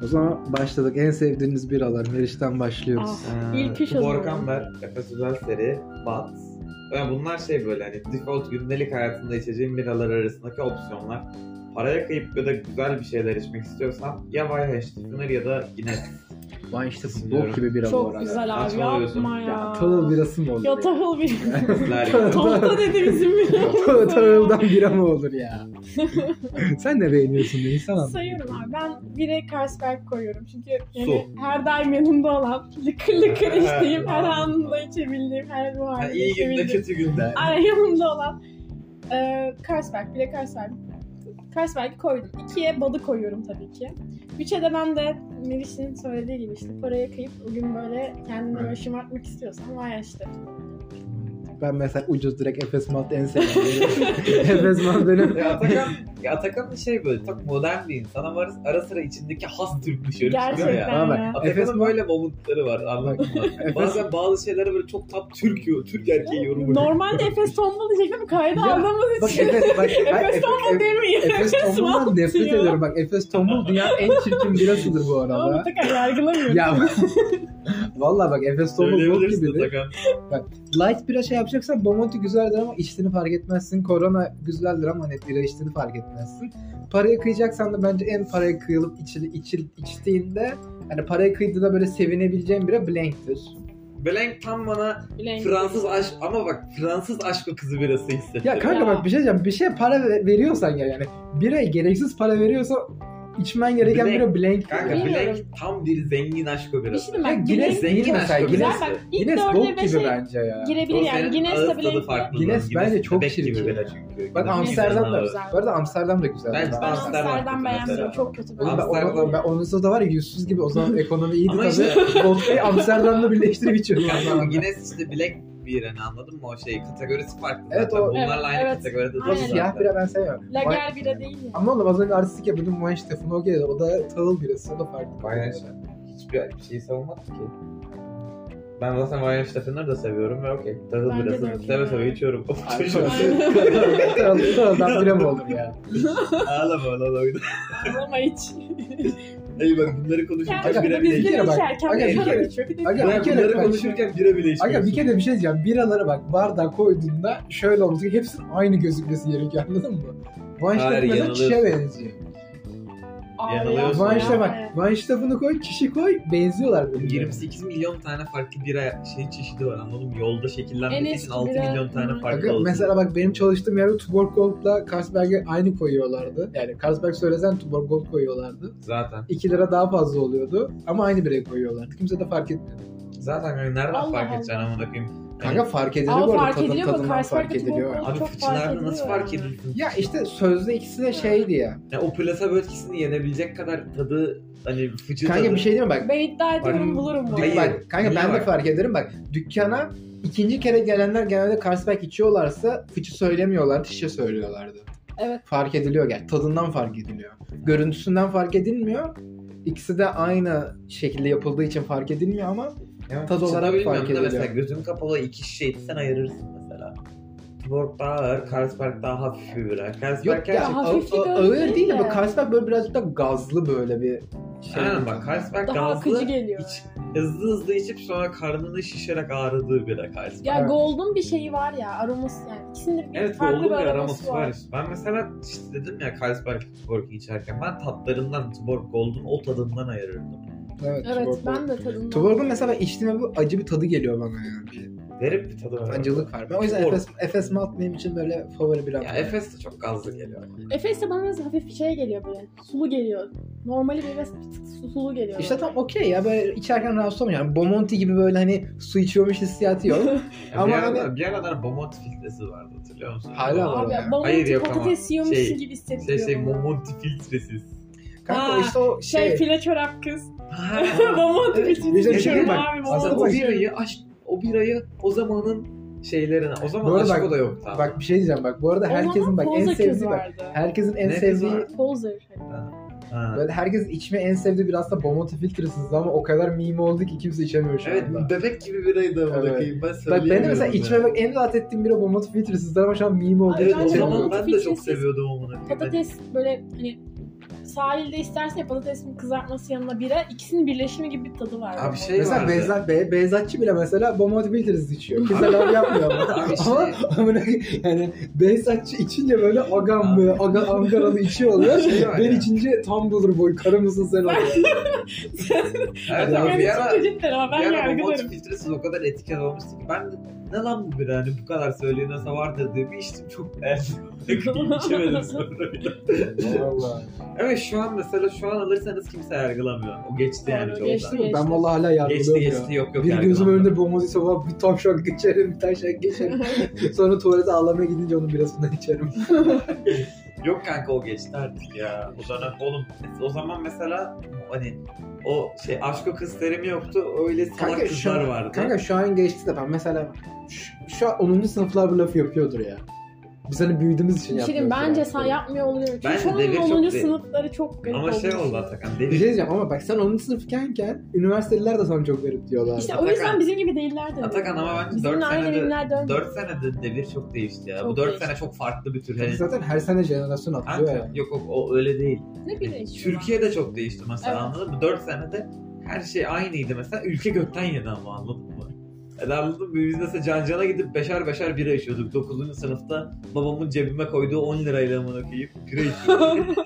konumuza başladık. En sevdiğiniz biralar. Meriç'ten başlıyoruz. Ah, Ee, ilk iş o Tubor zaman. Kamber, Efe Tüzel Seri, Bat. Yani bunlar şey böyle hani default gündelik hayatında içeceğim biralar arasındaki opsiyonlar. Paraya kayıp ya da güzel bir şeyler içmek istiyorsan ya Vayhaş Stifner ya da Guinness. Vay işte bu Bilmiyorum. bok gibi bira bu Çok arada. güzel abi Saçmalıyorsun. yapma ya. Ya tahıl birası mı olur? Ya tahıl bir. Sizler gibi. Tahılda dedi bizim Tahıl- bile. Tahıldan bira mı olur ya? Sen ne beğeniyorsun beni? Sen anlat. Sayıyorum abi. Ben bire Carlsberg koyuyorum. Çünkü yani her daim yanımda olan, lıkır lıkır içtiğim, her anında içebildiğim, her ruh Yani halinde iyi günde içebildiğim. kötü günde. Ay, yanımda olan. Ee, Carlsberg, bire Carlsberg. Carlsberg'i koydum. İkiye Bad'ı koyuyorum tabii ki. Üçe de ben de Meriç'in söylediği gibi işte paraya kıyıp o gün böyle kendini Evet. böyle şımartmak istiyorsan vay işte. Ben mesela ucuz direkt Efes Malt en sevdiğim. Efes Malt benim. Ya E, Atakan, ya Atakan şey böyle çok modern bir insan ama ara, ara sıra içindeki has Türk dışarı çıkıyor Gerçekten ya. Ama bak, ya. Atakan'ın böyle momentları var anladın mı? Bazen bazı şeylere böyle çok tam Türk, Türk erkeği yorumu. Normalde Efes tombul diyecektim ama kayda Ya, aldığımız Bak için. Efes bak. ben Efes Efe- tombul demiyor. Efes Tombul'dan nefret atıyor. ediyorum. Bak Efes Tombul dünyanın en çirkin birasıdır bu Ama arada. mutlaka yargılamıyorum. ya Valla bak Efes Tombul bok Söyleyebilirsin gibidir. Atakan. Light bira şey yapacaksan Bomonti güzeldir ama içtiğini fark etmezsin. Corona güzeldir ama net bira içtiğini fark etmezsin. Paraya kıyacaksan da bence en paraya kıyılıp içil, içil, içtiğinde hani paraya kıydığında böyle sevinebileceğin bira Blank'tir. Blank tam bana Bilemedim. Fransız aşk ama bak Fransız aşk o kızı birası hissettim. Ya kanka Ya. bak bir şey diyeceğim. Bir şeye para ve- veriyorsan ya yani biraya gereksiz para veriyorsa içmen gereken bira Blank. Blank'tir. Kanka yani. Bilmiyorum. Blank tam bir zengin aşk o Bir birası. şey diyeyim Ya ben. Guinness Guinness, zengin zengin aşk mesela. o Guinness, güzel birası. bak. İlk Guinness dörde bok gibi beşe bence ya. girebilir yani. Senin Guinness ağız de tadı bile. farklı. Guinness bence de çok bebek gibi çirkin. bira çünkü. Bak Guinness Amsterdam da. insanlar. güzel. Bu arada Amsterdam da güzel. Bence Ben Amsterdam Amsterdam kötü beğenmiyorum. mesela. Çok kötü. Ben bence. Amsterdam- Amsterdam. Ben onun da var ya yüzsüz gibi o zaman ekonomi iyiydi Ama tabii. işte- Vodka'yı Amsterdam'la birleştirip içiyordum. o Kanka zaman. bu Guinness işte Black bir yani anladın mı o şey kategorisi farklı. Evet, zaten. o- Bunlarla Evet, aynı evet. kategoride O Aynen. siyah bira. bira ben sevmiyorum. Vay- Lager bira değil yani. Ama oğlum az önce artistik yapıyordum Wine Stefano o geldi. O da tahıl birası. O da farklı. Bayağı şey. Hiçbir bir şeyi savunmadı ki. Ben zaten Ryan Steffen'ları da seviyorum ve okey. Tahıl Bence de birasını öyle. seve seve içiyorum. Of Ay, çocuğum. tahıl- tahıl- Tahıldan bira mı olur ya? Ağlama lan oyna. Ama hiç. Ey bak bunları konuşurken Aga, bira Yani bile biz bir bira kere bak. içerken Aga, bir bira kere- içiyor. Bir de Aga, Ben bir kere bunları bak- konuşurken bira bile içmiyorsun. Aga bir kere bir şey diyeceğim. Biralara bak bardağa koyduğunda şöyle olması gerekiyor. Hepsinin aynı gözükmesi gerekiyor anladın mı? Wine Hayır, Stefano mesela çişe yanılıyorsun. benziyor. Yanılıyorsun ağlıyorsun. Wine ya. Stefano bak. Wine Stefano koy, çişi koy. Benziyorlar birbirine. 28 milyon tane farklı bira şey çeşidi var anladın mı? Yolda En şekillenmesi eski için 6 bira- milyon tane Hı. farklı Aga, olsun. mesela bak benim çalıştığım yerde Tuborg Gold'la Carlsberg'e aynı koyuyorlardı. Yani Carlsberg söylesen Tuborg Gold koyuyorlardı. Zaten. 2 lira daha fazla oluyordu ama aynı bireye koyuyorlardı. Kimse de fark etmiyordu. Zaten yani nereden Allah fark Allah. edeceksin amına koyayım? Kanka fark ediliyor Ama bu arada. fark Tadı- ediliyor bak, tadından Carlsberg fark ve Tuborg ediliyor. Gold. çok Abi fark fıçılarda nasıl ediliyor fark yani. edilsin? Ya işte sözde ikisi de şeydi ya. Ya o plasebo etkisini yenebilecek kadar tadı hani fıçı Kanka tadı. bir şey değil mi bak? Ben iddia ediyorum Bak, bulurum bu. Hayır, Dük- bak kanka ben de bak. fark ederim bak. Dükkana ikinci kere gelenler genelde Carlsberg içiyorlarsa fıçı söylemiyorlardı, şişe söylüyorlardı. Evet. Fark ediliyor gel. Tadından fark ediliyor. Görüntüsünden fark edilmiyor. İkisi de aynı şekilde yapıldığı için fark edilmiyor ama Ya Tad fıçı olarak da bilmiyorum fark da ediliyor. Mesela gözün kapalı iki şişe içsen ayırırsın mesela. Tuborg daha ağır, Carlsberg daha hafif bir bira. Carlsberg yok ya gerçekten- ağ- hafiflik ağ- ağır öyle değil değil de de. bu Carlsberg böyle birazcık da gazlı böyle bir şey. Aynen bak Carlsberg Daha akıcı gazlı, geliyor. iç- hızlı hızlı içip sonra karnını şişerek ağrıdığı bira Carlsberg. Ya Evet. Gold'un bir şeyi var ya aroması yani. İkisinin bir Evet bu farklı oldu bir bir aroması araması var. var. Ben mesela işte dedim ya Carlsberg Tuborg'u içerken ben tatlarından Tuborg Gold'un o tadından ayırırdım. Evet, Evet Tuborg. ben de tadından. Tuborg'un mesela içtiğime bu acı bir tadı geliyor bana yani. Bir Garip bir tadı var. acılık var. Ben o yüzden Tuborg. Efes, Efes Malt benim için böyle favori bir Ya Efes de çok gazlı geliyor. Efes'te bana biraz hafif bir şey geliyor böyle. Sulu geliyor. Normali bir biraz bir tık su- sulu geliyor. İşte tam okey ya böyle içerken rahatsız olmuyor. Yani Bomonti gibi böyle hani su içiyormuş hissiyatı yok. Ama bir, Ama aralar, hani- bir aralar Bomont filtresi vardı hatırlıyor musun? Hala var. Abi ya. bambu Hayır, yok ama patates yiyormuş şey- gibi Şey hissettiriyor. şey bana. Momonti filtresiz. Kanka Aa, o işte o Şey, şey. file çorap kız. Ha. Bamut Evet, biçim bize bir şey içiyorum bak, abi. Aslında aslında Bamut. o bak- birayı aşk, o birayı o zamanın şeylerine, o Bu zaman arada aşk bak- o da yoktu. abi. Bak bir şey diyeceğim bak bu arada herkesin bak en sevdiği bak. Herkesin en Ne kız sevdiği var? Poser. Ha. böyle herkesin içme en sevdiği biraz da Bomonti filtresiz ama o kadar meme oldu ki kimse içemiyor şu Evet anda. bebek gibi biraydı ama Evet. bakayım ben Bak ben de söyleyemiyorum. mesela ya. içme bak en rahat ettiğim biri Bomonti filtresiz ama şu an meme oldu. Ay, Evet o Bence zaman Bomonti ben de çok filtresiz seviyordum onu. Patates böyle hani sahilde isterse patatesin kızartması yanına bira ikisinin birleşimi gibi bir tadı var. Abi şey- Mesela vardı. Beyza, Be, Beyzatçı bile mesela Bomot Builders içiyor. Kimse laf yapmıyor ama. Abi ama amına yani Beyzatçı içince böyle agam be, aga, Angaralı içiyor oluyor. Şey var ben ya. içince tam bulur boy, karı mısın sen oluyor. Evet ama Yani bir çok ara çocuklar ama ben bir şey ara bu yargılarım. Bolt filtresiz o kadar etiket olmuştu ki ben de ne lan bu bir hani bu kadar söyleyene vardır diye bir içtim çok beğendim. İçemedim sonra bir daha. Vallahi. Evet şu an mesela şu an alırsanız kimse yargılamıyor. O geçti yani Doğru, çok geçti. da. Ben vallahi hala yargılığım Geçti ya. geçti yok yok Bir gözüm yargılamıyor. önünde bomboz ise "Ulan bir tam şok geçerim, bir tane şok geçerim. Sonra tuvalete ağlamaya gidince onun birasından içerim. Yok kanka o geçti artık ya. O zaman oğlum o zaman mesela hani o şey aşko kız terimi yoktu. Öyle salak Kanka şu kızlar an- vardı. Kanka şu an geçti de ben mesela şu, şu an 10. sınıflar bu lafı yapıyordur ya. Biz hani büyüdüğümüz için yapıyoruz. Şirin şey bence yani. sen yapmıyor oluyor. Çünkü Bence şu devir an çok 10. değil. sınıfları çok garip Ama şey olmuş. oldu Atakan. Bir şey Deli. diyeceğim ama bak sen 10. sınıfkenken üniversiteliler de sana çok garip diyorlar. İşte o Atakan- yüzden bizim gibi değiller de. Atakan ama bence Bizimle dört aynı senede- evrimler dönmüyor. 4 senede devir çok değişti ya. Çok Bu 4 değişti. sene çok farklı bir tür. Hani, Zaten her sene jenerasyon atlıyor kanka, ya. yok yok o öyle değil. Ne bileyim. Ee, Türkiye'de çok değişti mesela Evet. anladın mı? 4 senede her şey aynıydı mesela. Ülke gökten yedi ama anladın mı? Yani anladın mı? Biz mesela cancana gidip beşer beşer bira içiyorduk. 9. sınıfta babamın cebime koyduğu 10 lirayla amına koyayım bira içiyorduk.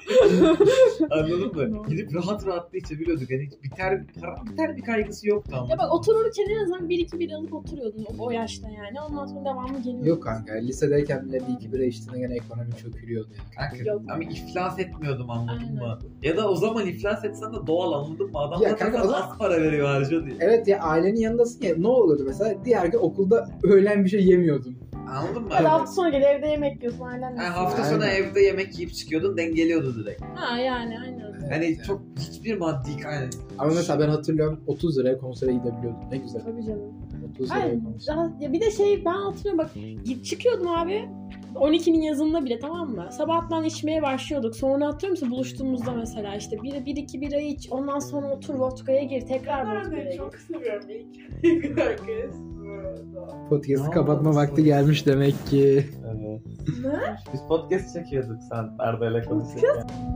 anladın mı? Doğru. Gidip rahat rahat da içebiliyorduk. Yani hiç biter, bir para, biter bir kaygısı yoktu ama. Ya bak otururken en azından bir iki bir alıp oturuyordun o, o yaşta yani. Ondan sonra devamı geliyor. Yok kanka lisedeyken bile bir iki bira içtiğinde gene ekonomi çökülüyordu ya. Kanka Yok. ama iflas etmiyordum anladın Aynen. mı? Ya da o zaman iflas etsen de doğal anladın mı? Adamlar Ya kanka, sana o zaman- az para veriyor harcıyor diye. Evet ya ailenin yanındasın ya ne olurdu mesela diğer gün okulda öğlen bir şey yemiyordun. Anladın mı? Hadi hafta sonu gel evde yemek yiyorsun ailen Ha, nasıl? hafta Aynen. sonu evde yemek yiyip çıkıyordun dengeliyordu direkt. Ha yani aynen. Evet, Hani yani. çok hiçbir maddi kaynak. Ama mesela ben hatırlıyorum 30 liraya konsere gidebiliyordum. Ne güzel. Tabii canım. 30 Ay, liraya konser. daha, ya bir de şey ben hatırlıyorum bak git çıkıyordum abi 12'nin yazında bile tamam mı? Sabahtan içmeye başlıyorduk. Sonra hatırlıyor musun buluştuğumuzda mesela işte bir, bir iki bira iç ondan sonra otur vodka'ya gir tekrar vodka'ya gir. seviyorum ilk herkes. Podcast'ı Ne kapatma oldu? vakti gelmiş demek ki. Evet. Ne? Biz podcast çekiyorduk sen Arda'yla konuşurken.